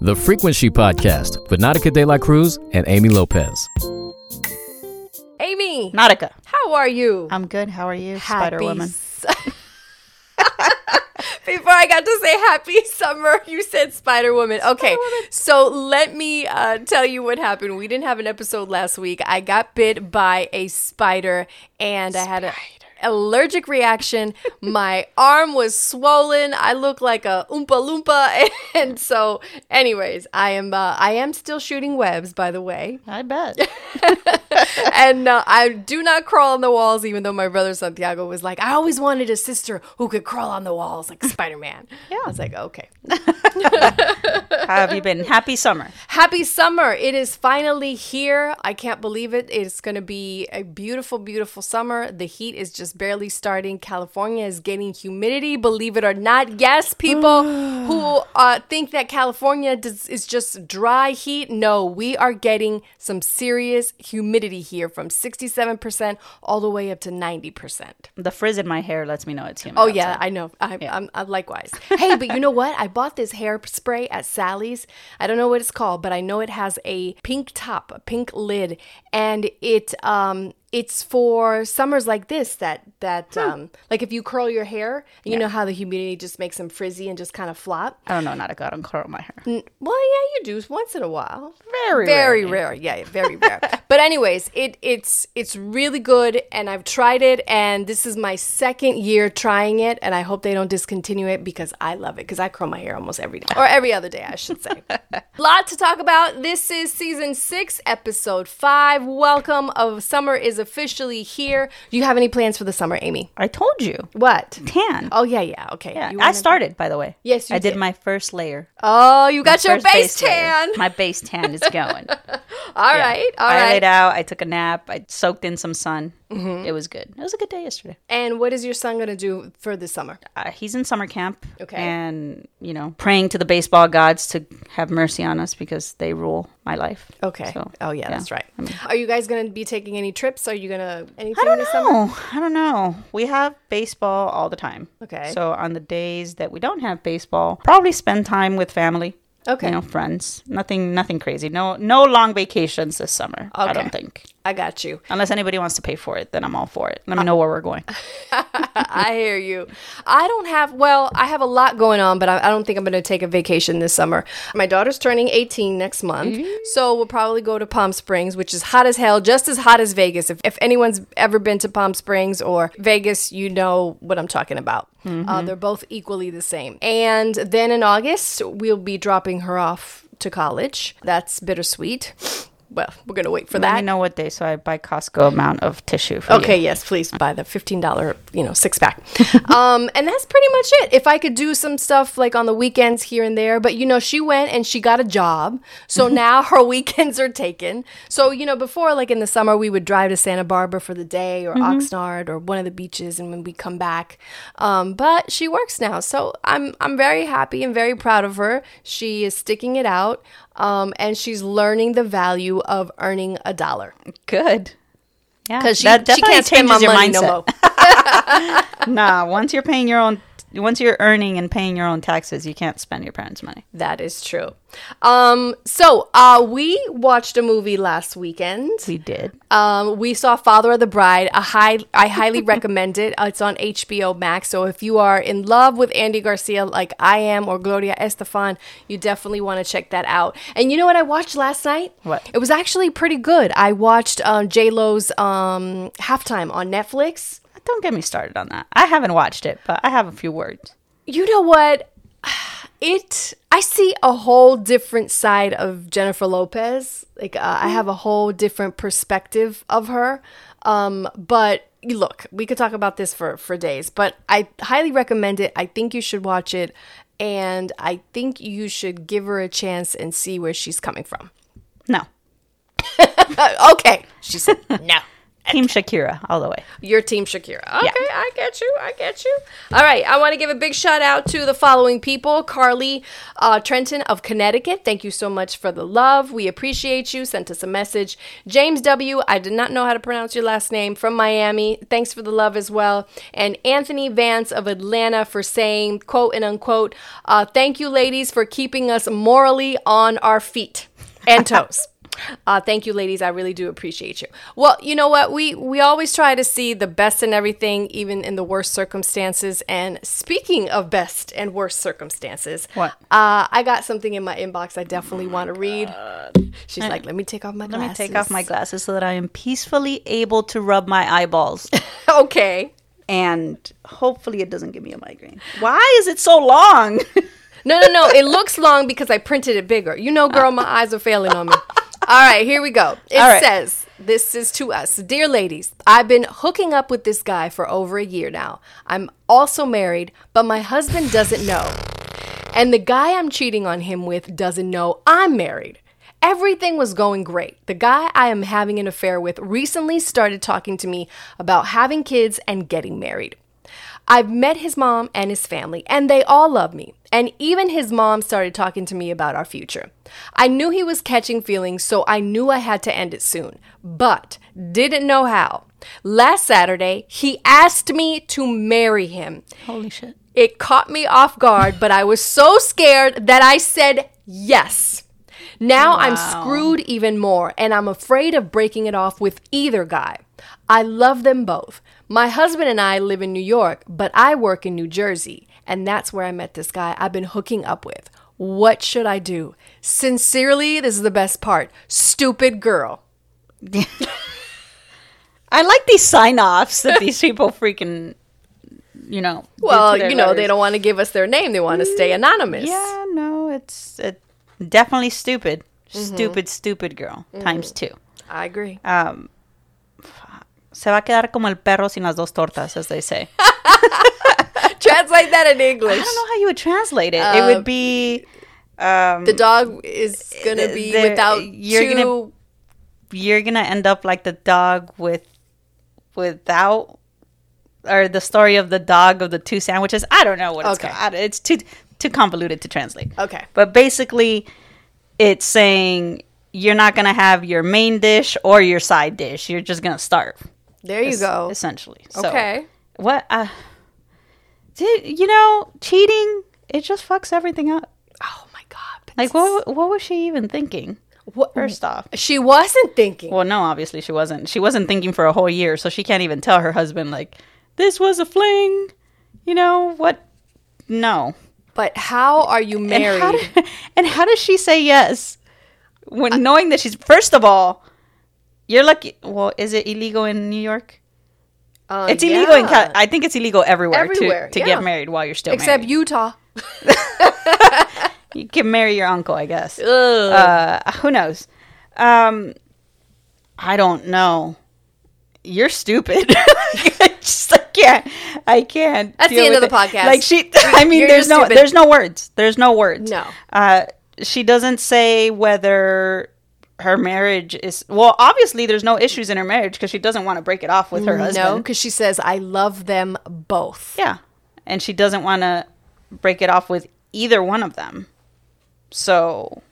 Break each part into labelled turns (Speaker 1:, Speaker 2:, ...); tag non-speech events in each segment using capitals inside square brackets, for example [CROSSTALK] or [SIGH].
Speaker 1: The Frequency Podcast with Nautica De La Cruz and Amy Lopez.
Speaker 2: Amy,
Speaker 3: Nautica.
Speaker 2: how are you?
Speaker 3: I'm good. How are you, Spider Woman?
Speaker 2: s- [LAUGHS] Before I got to say happy summer, you said Spider Woman. Okay, so let me uh, tell you what happened. We didn't have an episode last week. I got bit by a spider and I had an allergic reaction. My arm was swollen. I look like a oompa loompa. [LAUGHS] And so, anyways, I am uh, I am still shooting webs, by the way.
Speaker 3: I bet.
Speaker 2: and uh, I do not crawl on the walls, even though my brother Santiago was like, I always wanted a sister who could crawl on the walls like Spider Man. yeah. I was like, okay.
Speaker 3: [LAUGHS] How have you been? Happy summer.
Speaker 2: Happy summer. It is finally here. I can't believe it. It's going to be a beautiful, beautiful summer. The heat is just barely starting. California is getting humidity, believe it or not. Yes, people who uh, think that California does, is just dry heat, no, we are getting some serious humidity here from 67% all the way up to 90%.
Speaker 3: The frizz in my hair lets me know it's humid.
Speaker 2: Oh yeah, I know. I, I'm, I'm likewise. Hey, but you know what? I bought this hairspray at Sally's. I don't know what it's called, but I know it has a pink top, a pink lid, and it um it's for summers like this that that um like if you curl your hair, you know how the humidity just makes them frizzy and just kind of flop.
Speaker 3: I don't know, Nautica. I don't curl my hair.
Speaker 2: N- Well, yeah, you do once in a while.
Speaker 3: Very
Speaker 2: very
Speaker 3: rarely.
Speaker 2: rare. Yeah, very [LAUGHS] rare. but anyways, it it's it's really good, and I've tried it, and this is my second year trying it, and I hope they don't discontinue it because I love it because I curl my hair almost every day or every other day, I should say. [LAUGHS] Lot to talk about. This is season six, episode five. Welcome of summer is officially here. Do you have any plans for the summer, Amy?
Speaker 3: I told you.
Speaker 2: What?
Speaker 3: Tan.
Speaker 2: Oh yeah, yeah. Okay.
Speaker 3: yeah.
Speaker 2: You
Speaker 3: I
Speaker 2: wanna-
Speaker 3: started, by the way.
Speaker 2: Yes, you
Speaker 3: I did,
Speaker 2: did.
Speaker 3: my first layer.
Speaker 2: oh, you got your
Speaker 3: First
Speaker 2: base
Speaker 3: layer.
Speaker 2: tan.
Speaker 3: My base tan is
Speaker 2: [LAUGHS]
Speaker 3: going.
Speaker 2: All right. All
Speaker 3: I
Speaker 2: right.
Speaker 3: laid out. I took a nap. I soaked in some sun.
Speaker 2: Mm-hmm.
Speaker 3: It was good. It was a good day yesterday.
Speaker 2: And what is your son going to do for this summer?
Speaker 3: Uh, he's in summer camp.
Speaker 2: Okay.
Speaker 3: And, you know, praying to the baseball gods to have mercy on us because they rule my life.
Speaker 2: Okay.
Speaker 3: So,
Speaker 2: oh yeah, that's right. Are you guys going to be taking any trips? Are you going to anything
Speaker 3: I don't
Speaker 2: this summer?
Speaker 3: know. I don't know. We have baseball all the time.
Speaker 2: Okay.
Speaker 3: So on the days that we don't have baseball, probably spend time with family.
Speaker 2: Okay.
Speaker 3: You know, friends. Nothing. Nothing crazy. No. No long vacations this summer. I
Speaker 2: Okay.
Speaker 3: don't think.
Speaker 2: I got you.
Speaker 3: Unless anybody wants to pay for it, then I'm all for it.
Speaker 2: Uh,
Speaker 3: Let me know where we're going.
Speaker 2: [LAUGHS] I hear you. I don't have, well, I have a lot going on, but I, I don't think I'm going to take a vacation this summer. My daughter's turning 18 next month.
Speaker 3: Mm.
Speaker 2: So we'll probably go to Palm Springs, which is hot as hell, just as hot as Vegas. If, if anyone's ever been to Palm Springs or Vegas, you know what I'm talking about. Uh,
Speaker 3: Mm-hmm.
Speaker 2: they're both equally the same. And then in August, we'll be dropping her off to college. That's bittersweet. Well, we're going to wait for that.
Speaker 3: Let me know what day, so I buy Costco amount of tissue. For
Speaker 2: Okay,
Speaker 3: You.
Speaker 2: yes, please buy the fifteen dollar, you know, six pack. [LAUGHS] um, and that's pretty much it. If I could do some stuff like on the weekends here and there, but you know, she went and she got a job,
Speaker 3: [LAUGHS]
Speaker 2: so now her weekends are taken. So you know, before like in the summer, we would drive to Santa Barbara for the day or
Speaker 3: Mm-hmm.
Speaker 2: Oxnard or one of the beaches, and when we come back, um, but she works now, so I'm I'm very happy and very proud of her. She is sticking it out, um, and she's learning the value of earning a dollar.
Speaker 3: Good. Yeah.
Speaker 2: 'Cause she-
Speaker 3: that
Speaker 2: she
Speaker 3: definitely
Speaker 2: can't spend my
Speaker 3: changes your
Speaker 2: money no
Speaker 3: mindset.
Speaker 2: more.
Speaker 3: [LAUGHS] nah. Once you're paying your own, once you're earning and paying your own taxes, you can't spend your parents' money.
Speaker 2: That is true. Um, so uh, we watched a movie last weekend.
Speaker 3: We did.
Speaker 2: Um, we saw Father of the Bride. A high, I
Speaker 3: [LAUGHS]
Speaker 2: highly recommend it. Uh, it's on HBO Max. So if you are in love with Andy Garcia, like I am, or Gloria Estefan, you definitely want to check that out. And you know what I watched last night?
Speaker 3: What?
Speaker 2: It was actually pretty good. I watched um, J Lo's um, Halftime on Netflix.
Speaker 3: Don't get me started on that. I haven't watched it, but I have a few words.
Speaker 2: you know what [SIGHS] it i see a whole different side of jennifer lopez like uh, i have a whole different perspective of her um but look we could talk about this for for days but i highly recommend it i think you should watch it and i think you should give her a chance and see where she's coming from
Speaker 3: No.
Speaker 2: Uh, okay she said no
Speaker 3: Team Shakira all the way.
Speaker 2: Your team, Shakira. Okay, I get you. I get you. All right, I want to give a big shout out to the following people: Carly uh, Trenton of Connecticut. Thank you so much for the love. We appreciate you. Sent us a message. James W. I did not know how to pronounce your last name from Miami. Thanks for the love as well. And Anthony Vance of Atlanta for saying quote and unquote, uh, "Thank you, ladies, for keeping us morally on our feet and toes." Uh, thank you, ladies. I really do appreciate you. Well, you know what? We we always try to see the best in everything, even in the worst circumstances. And speaking of best and worst circumstances,
Speaker 3: What? Oh
Speaker 2: Uh, I got something in my inbox I definitely want to read. She's like, "Let me take off my
Speaker 3: Let me
Speaker 2: glasses."
Speaker 3: take off my glasses so that I am peacefully able to rub my
Speaker 2: [LAUGHS]
Speaker 3: eyeballs.
Speaker 2: okay.
Speaker 3: and hopefully it doesn't give me a migraine. Why is it so long? [LAUGHS]
Speaker 2: No, no, no. It looks long because I printed it bigger. You know, girl, my eyes are failing on me. All right, here we go. It
Speaker 3: All right.
Speaker 2: says, This is to us. Dear ladies, I've been hooking up with this guy for over a year now. I'm also married, but my husband doesn't know. And the guy I'm cheating on him with doesn't know I'm married. Everything was going great. The guy I am having an affair with recently started talking to me about having kids and getting married. I've met his mom and his family, and they all love me. And even his mom started talking to me about our future. I knew he was catching feelings, so I knew I had to end it soon, but didn't know how. Last Saturday, he asked me to marry him.
Speaker 3: Holy shit.
Speaker 2: It caught me off guard, but I was so scared that I said yes. Now I'm screwed even more, and I'm afraid of breaking it off with either guy. I love them both. My husband and I live in New York, but I work in New Jersey, and that's where I met this guy I've been hooking up with. What should I do? Sincerely, this is the best part. Stupid girl.
Speaker 3: I like these sign offs
Speaker 2: [LAUGHS]
Speaker 3: that these people freaking, you know. do
Speaker 2: Well,
Speaker 3: to their
Speaker 2: you know, they
Speaker 3: letters.
Speaker 2: don't want to give us their name, they want to stay anonymous.
Speaker 3: Yeah, no, it's it, definitely stupid. Stupid, stupid girl times two.
Speaker 2: I agree.
Speaker 3: Se va a quedar como el perro sin las dos tortas, as they [LAUGHS] say.
Speaker 2: Translate that in English.
Speaker 3: I don't know how you would translate it. it would be
Speaker 2: the dog is gonna be
Speaker 3: there-
Speaker 2: without
Speaker 3: you're
Speaker 2: 2
Speaker 3: gonna- you're gonna end up like the dog with without or the story of the dog of the two sandwiches. I don't know what it's
Speaker 2: Okay.
Speaker 3: called. I don't- It's too too convoluted to translate.
Speaker 2: Okay.
Speaker 3: But basically it's saying you're not gonna have your main dish or your side dish. You're just gonna starve.
Speaker 2: There you
Speaker 3: es-
Speaker 2: go.
Speaker 3: Essentially. So,
Speaker 2: Okay.
Speaker 3: what uh did you know, cheating it just fucks everything up.
Speaker 2: Oh my god.
Speaker 3: Like what what was she even thinking?
Speaker 2: What-
Speaker 3: First off.
Speaker 2: She wasn't thinking.
Speaker 3: Well, no, obviously she wasn't. She wasn't thinking for a whole year, so she can't even tell her husband like this was a fling. You know what? No.
Speaker 2: But how are you married?
Speaker 3: And how, do- [LAUGHS] and how does she say yes when knowing that she's first of all, you're lucky. Well, is it illegal in New York?
Speaker 2: Uh,
Speaker 3: It's illegal in
Speaker 2: yeah.
Speaker 3: Cal- I think it's illegal everywhere,
Speaker 2: Everywhere,
Speaker 3: to, to
Speaker 2: yeah.
Speaker 3: get married while you're still
Speaker 2: Except
Speaker 3: married.
Speaker 2: Utah.
Speaker 3: you can marry your uncle, I guess. Uh, who knows? Um, I don't know. You're stupid. [LAUGHS] I just I can't. I can't.
Speaker 2: That's the
Speaker 3: deal
Speaker 2: end
Speaker 3: with
Speaker 2: of the
Speaker 3: it.
Speaker 2: podcast.
Speaker 3: Like she, [LAUGHS] I mean,
Speaker 2: You're
Speaker 3: there's
Speaker 2: just
Speaker 3: no,
Speaker 2: stupid.
Speaker 3: there's no words. There's no words.
Speaker 2: No.
Speaker 3: Uh, she doesn't say whether her marriage is well. Obviously, there's no issues in her marriage because she doesn't want to break it off with her husband.
Speaker 2: No, because she says, I love them both.
Speaker 3: Yeah. And she doesn't want to break it off with either one of them. So,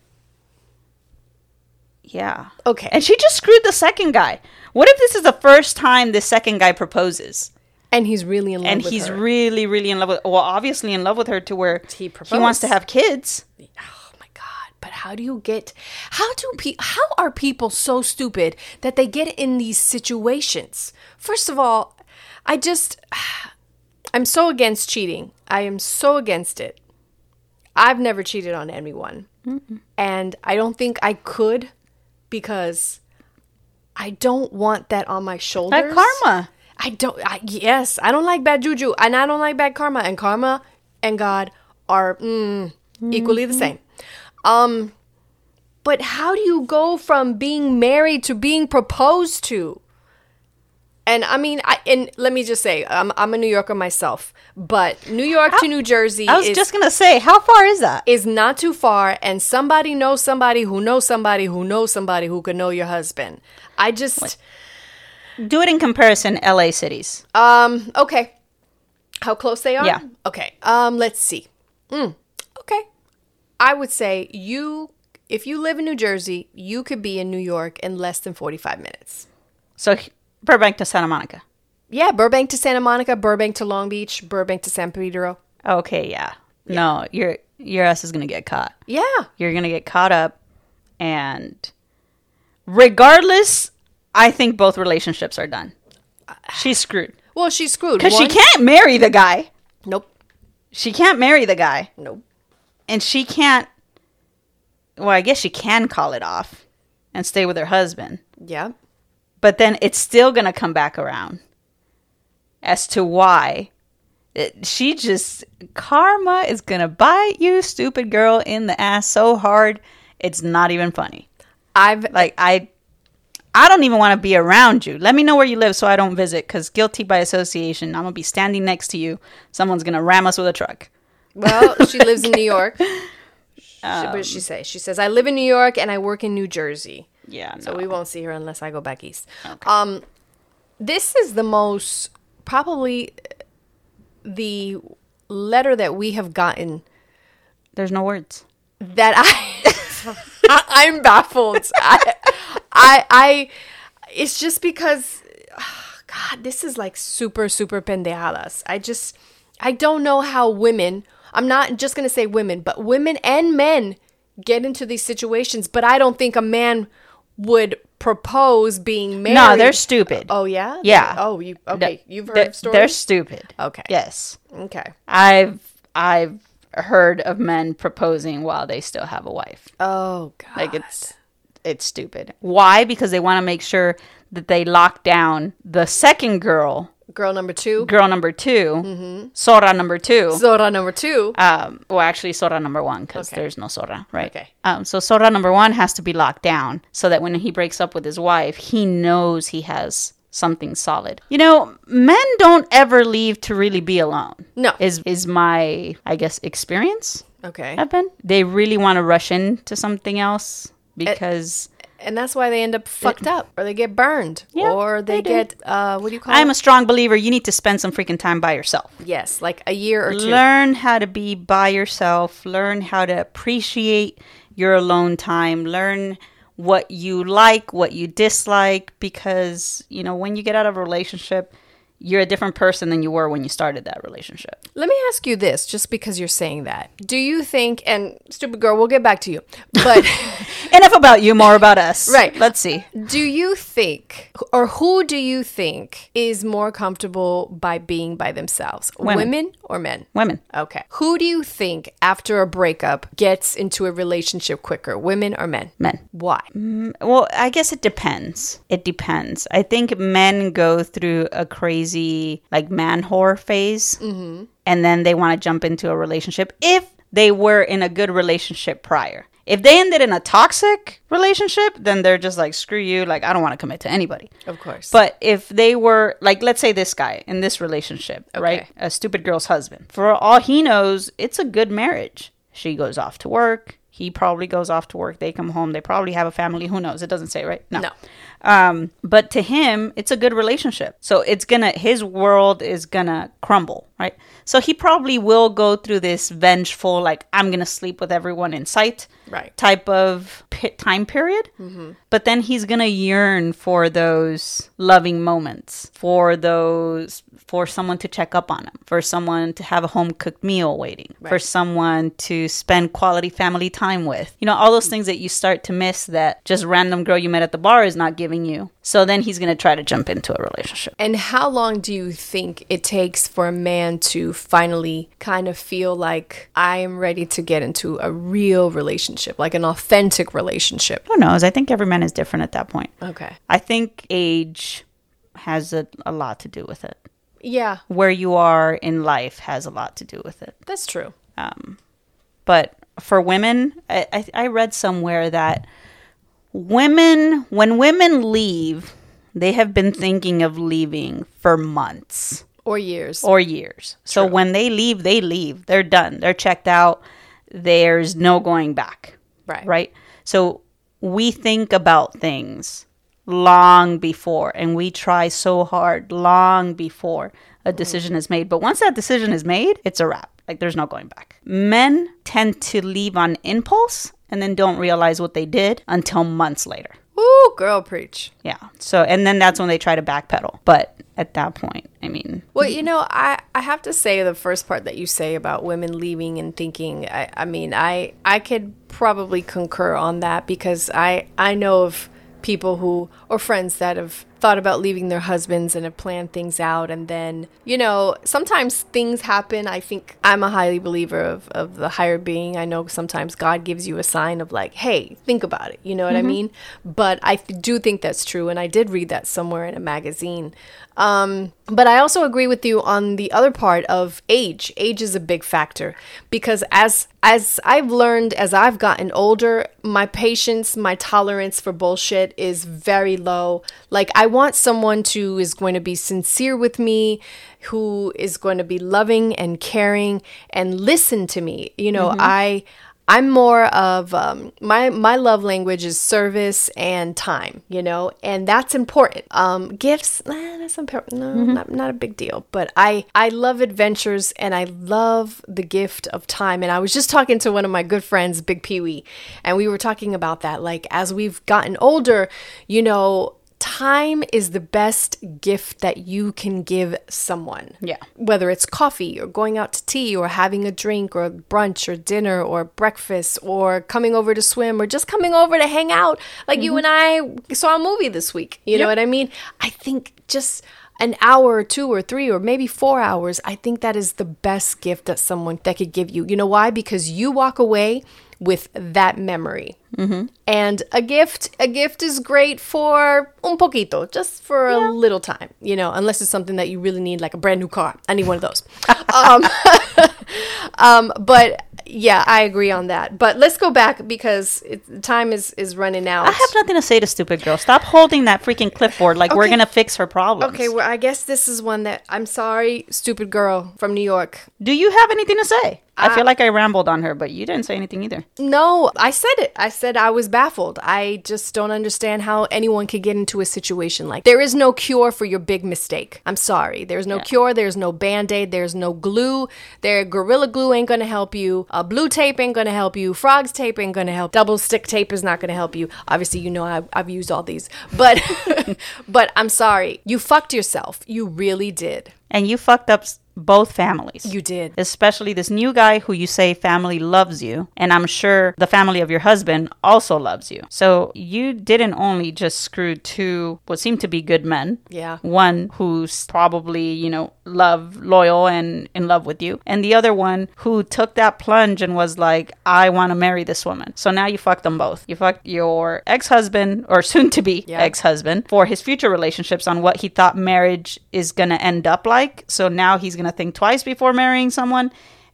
Speaker 3: yeah.
Speaker 2: Okay.
Speaker 3: And she just screwed the second guy. What if this is the first time the second guy proposes
Speaker 2: And he's really in love
Speaker 3: and
Speaker 2: with
Speaker 3: he's
Speaker 2: her.
Speaker 3: really, really in love with, well, obviously in love with her to where
Speaker 2: He
Speaker 3: he, wants to
Speaker 2: proposed.
Speaker 3: have kids?
Speaker 2: oh my god. But how do you get how do pe- how are people so stupid that they get in these situations? First of all, I just [SIGHS] I'm so against cheating. I am so against it. I've never cheated on anyone. And I don't think I could because I don't want that on my shoulders.
Speaker 3: Like karma.
Speaker 2: I don't. I, yes, I don't like bad juju, and I don't like bad karma. And karma and God are mm, equally the
Speaker 3: Mm-hmm.
Speaker 2: same. Um, but how do you go from being married to being proposed to? And I mean, I and let me just say, I'm I'm a New Yorker myself, but New York to New Jersey
Speaker 3: I was
Speaker 2: is
Speaker 3: just going to say, how far is that?
Speaker 2: is not too far, and somebody knows somebody who knows somebody who knows somebody who could know your husband. I just.
Speaker 3: Do it in comparison, LA cities.
Speaker 2: Um, okay. How close they are?
Speaker 3: Yeah.
Speaker 2: Okay. Um, let's see. Mm, okay. I would say you, if you live in New Jersey, you could be in New York in less than 45 minutes.
Speaker 3: So h- Burbank to Santa Monica.
Speaker 2: Yeah, Burbank to Santa Monica, Burbank to Long Beach, Burbank to San Pedro.
Speaker 3: Okay, yeah. No, your your ass is gonna get caught.
Speaker 2: Yeah.
Speaker 3: You're gonna get caught up, and regardless, I think both relationships are done. She's screwed
Speaker 2: Well, she's screwed.
Speaker 3: because she
Speaker 2: One-
Speaker 3: can't marry the guy.
Speaker 2: Nope.
Speaker 3: She can't marry the guy,
Speaker 2: Nope.
Speaker 3: and she can't. Well, I guess she can call it off and stay with her husband.
Speaker 2: Yeah.
Speaker 3: but then it's still going to come back around as to why It- she just karma is going to bite you stupid girl in the ass so hard it's not even funny
Speaker 2: I've
Speaker 3: like i i don't even want to be around you let me know where you live so i don't visit because guilty by association i'm going to be standing next to you someone's going to ram us with a truck
Speaker 2: Well,
Speaker 3: [LAUGHS]
Speaker 2: she lives in New York. She, what does she say? She says, I live in New York and I work in New Jersey.
Speaker 3: yeah
Speaker 2: So we won't see her unless I go back east. Um, this is the most, probably the letter that we have gotten
Speaker 3: there's no words
Speaker 2: that I, [LAUGHS] I I'm baffled. I, I, I, it's just because, [SIGHS] ah, God, this is like super, super pendejadas. I just, I don't know how women, I'm not just going to say women, but women and men get into these situations, but I don't think a man would propose being married.
Speaker 3: no they're stupid
Speaker 2: Oh, yeah?
Speaker 3: yeah
Speaker 2: Oh, you, okay.
Speaker 3: They-
Speaker 2: You've
Speaker 3: they're-
Speaker 2: heard of stories?
Speaker 3: they're stupid
Speaker 2: Okay.
Speaker 3: yes
Speaker 2: Okay.
Speaker 3: I've I've heard of men proposing while they still have a wife.
Speaker 2: Oh, God.
Speaker 3: Like it's it's stupid. Why? Because they want to make sure that they lock down the second girl,
Speaker 2: Girl number two,
Speaker 3: girl number 2 Sora number two.
Speaker 2: Zora number two.
Speaker 3: um, well, actually, Sora number one because there's no Sora, right?
Speaker 2: Okay.
Speaker 3: Um, so Sora number one has to be locked down so that when he breaks up with his wife, he knows he has something solid. You know, men don't ever leave to really be alone.
Speaker 2: No.
Speaker 3: is is my I guess experience.
Speaker 2: Okay.
Speaker 3: I've been. They really want to rush into something
Speaker 2: Uh,
Speaker 3: else because
Speaker 2: and that's why they end up fucked up or they get burned
Speaker 3: Yeah,
Speaker 2: or they,
Speaker 3: they do.
Speaker 2: get uh, what do you call
Speaker 3: I'm
Speaker 2: it
Speaker 3: a strong believer you need to spend some freaking time by yourself.
Speaker 2: yes like a year or two
Speaker 3: Learn how to be by yourself, learn how to appreciate your alone time, learn what you like, what you dislike because, you know, when you get out of a relationship, you're a different person than you were when you started that relationship.
Speaker 2: let me ask you this just because you're saying that do you think and stupid girl we'll get back to you
Speaker 3: [LAUGHS]
Speaker 2: but
Speaker 3: Enough about you, more about us.
Speaker 2: Right.
Speaker 3: Let's see.
Speaker 2: do you think or who do you think is more comfortable by being by themselves women, or men
Speaker 3: Women.
Speaker 2: okay who do you think after a breakup gets into a relationship quicker women or men
Speaker 3: Men. Mm,
Speaker 2: why
Speaker 3: Well, I guess it depends. It depends. I think men go through a crazy like man whore phase, and then they want to jump into a relationship if they were in a good relationship prior. If they ended in a toxic relationship, then they're just like, screw you. Like, I don't want to commit to anybody.
Speaker 2: of course
Speaker 3: But if they were like, let's say this guy in this relationship, right? A stupid girl's husband. For all he knows, it's a good marriage. She goes off to work. He probably goes off to work. They come home. They probably have a family. Who knows? It doesn't say, right?
Speaker 2: No.
Speaker 3: Um, but to him, it's a good relationship. So it's gonna his world is gonna crumble, right? So he probably will go through this vengeful, like I'm gonna sleep with everyone in sight,
Speaker 2: Right.
Speaker 3: Type of pe- time period. But then he's gonna yearn for those loving moments, for those for someone to check up on him, for someone to have a home cooked meal waiting, for someone to spend quality family time with. You know, all those things that you start to miss that just random girl you met at the bar is not giving you. So then he's gonna try to jump into a relationship.
Speaker 2: And how long do you think it takes for a man to finally kind of feel like I am ready to get into a real relationship, like an authentic relationship?
Speaker 3: Who knows? I think every man is different at that point.
Speaker 2: Okay.
Speaker 3: I think age has a, a lot to do with it.
Speaker 2: Yeah,
Speaker 3: Where you are in life has a lot to do with it.
Speaker 2: that's true.
Speaker 3: but for women I, I, I read somewhere that women when women leave they have been thinking of leaving for months
Speaker 2: Or years.
Speaker 3: or years so when they leave they leave they're done they're checked out there's no going back
Speaker 2: right.
Speaker 3: right so we think about things long before and we try so hard long before a decision is made. But once that decision is made, it's a wrap. Like there's no going back. Men tend to leave on impulse and then don't realize what they did until months later.
Speaker 2: Ooh, girl, preach.
Speaker 3: Yeah. So, and then that's when they try to backpedal. But at that point, I mean,
Speaker 2: Well, you know, I, I have to say the first part that you say about women leaving and thinking, I, I mean, I I could probably concur on that because I I know of people who or friends that have thought about leaving their husbands and have planned things out and then, you know, sometimes things happen. I think I'm a highly believer of, of the higher being. I know sometimes God gives you a sign of like, hey, think about it. You know what I mean? But I th- do think that's true. And I did read that somewhere in a magazine. Um, but I also agree with you on the other part of age. Age is a big factor because as as I've learned as I've gotten older, my patience, my tolerance for bullshit is very low. Like I want someone who is going to be sincere with me, who is going to be loving and caring and listen to me. You know, I I'm more of um, my my love language is service and time, you know, and that's important. Um, gifts, nah, that's important. No, not, not a big deal. But I I love adventures and I love the gift of time. And I was just talking to one of my good friends, Big Pee Wee, and we were talking about that. Like as we've gotten older, you know, time is the best gift that you can give someone.
Speaker 3: Yeah.
Speaker 2: Whether it's coffee or going out to tea or having a drink or brunch or dinner or breakfast or coming over to swim or just coming over to hang out. Like you and I saw a movie this week. You know what I mean? I think just an hour or two or three or maybe four hours, I think that is the best gift that someone that could give you. You know why? Because you walk away with that memory. And a gift, a gift is great for un poquito, just for a little time, you know, unless it's something that you really need, like a brand new car. I need one of those.
Speaker 3: [LAUGHS]
Speaker 2: um, [LAUGHS] um, but yeah, I agree on that. But let's go back because it, time is is running out.
Speaker 3: I have nothing to say to stupid girl. Stop holding that freaking clipboard like we're
Speaker 2: Okay.
Speaker 3: going to fix her problems.
Speaker 2: okay, well, I guess this is one that I'm sorry, stupid girl from New York.
Speaker 3: Do you have anything to say? I feel like I rambled on her, but you didn't say anything either.
Speaker 2: No, I said it. I said I was baffled. I just don't understand how anyone could get into a situation like there is no cure for your big mistake. I'm sorry. There's no cure. There's no band aid. There's no glue. There, gorilla glue ain't gonna help you. Uh, blue tape ain't gonna help you. Frogs tape ain't gonna help. Double stick tape is not gonna help you. Obviously, you know I, I've used all these, but [LAUGHS] but I'm sorry. You fucked yourself. You really did.
Speaker 3: And you fucked up s- both families.
Speaker 2: You did.
Speaker 3: especially this new guy who you say family loves you and i'm sure the family of your husband also loves you so you didn't only just screw two what seem to be good men
Speaker 2: Yeah.
Speaker 3: one who's probably you know love loyal and in love with you and the other one who took that plunge and was like i want to marry this woman so now you fucked them both you fucked your ex-husband or [LAUGHS] soon to be
Speaker 2: Yeah.
Speaker 3: ex-husband for his future relationships on what he thought marriage is going to end up like so now he's going to think twice before marrying someone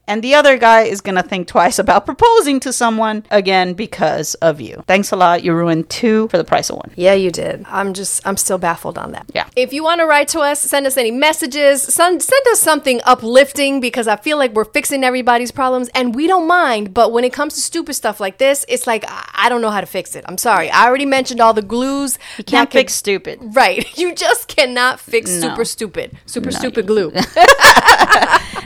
Speaker 3: and the other guy is going to think twice about [LAUGHS] proposing to someone again because of you. Thanks a lot. You ruined two for the price of one.
Speaker 2: Yeah, you did. I'm just, I'm still baffled on that.
Speaker 3: Yeah.
Speaker 2: If you want to write to us, send us any messages, send, send us something uplifting because I feel like we're fixing everybody's problems and we don't mind. But when it comes to stupid stuff like this, it's like, I, I don't know how to fix it. I'm sorry. I already mentioned all the glues. You
Speaker 3: Can't fix stupid.
Speaker 2: Right. [LAUGHS] You just cannot fix
Speaker 3: No.
Speaker 2: super stupid, super stupid
Speaker 3: [LAUGHS]
Speaker 2: glue.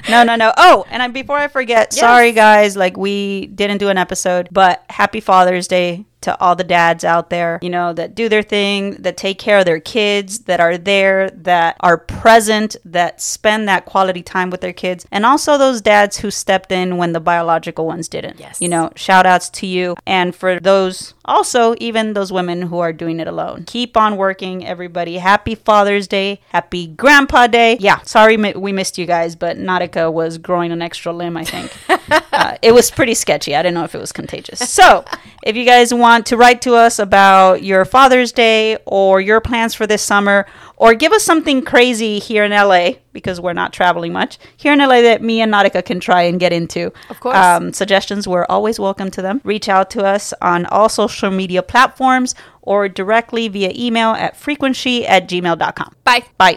Speaker 3: no, no, no. Oh, and I, before I forget, sorry guys, like we didn't do an episode, but happy Father's Day to all the dads out there, you know, that do their thing, that take care of their kids, that are there, that are present, that spend that quality time with their kids, and also those dads who stepped in when the biological ones didn't.
Speaker 2: Yes.
Speaker 3: You know, shout outs to you. And for those also, even those women who are doing it alone. Keep on working, everybody. Happy Father's Day. Happy Grandpa Day. Yeah, sorry mi- we missed you guys, but Nautica was growing an extra limb, I think. Uh, it was pretty sketchy. I didn't know if it was contagious. So, if you guys want to write to us about your Father's Day or your plans for this summer, or give us something crazy here in LA because we're not traveling much here in LA that me and Nautica can try and get into. Of
Speaker 2: course.
Speaker 3: um, suggestions, we're always welcome to them. Reach out to us on all social media platforms or directly via email at frequency at gmail.com.
Speaker 2: Bye.
Speaker 3: Bye.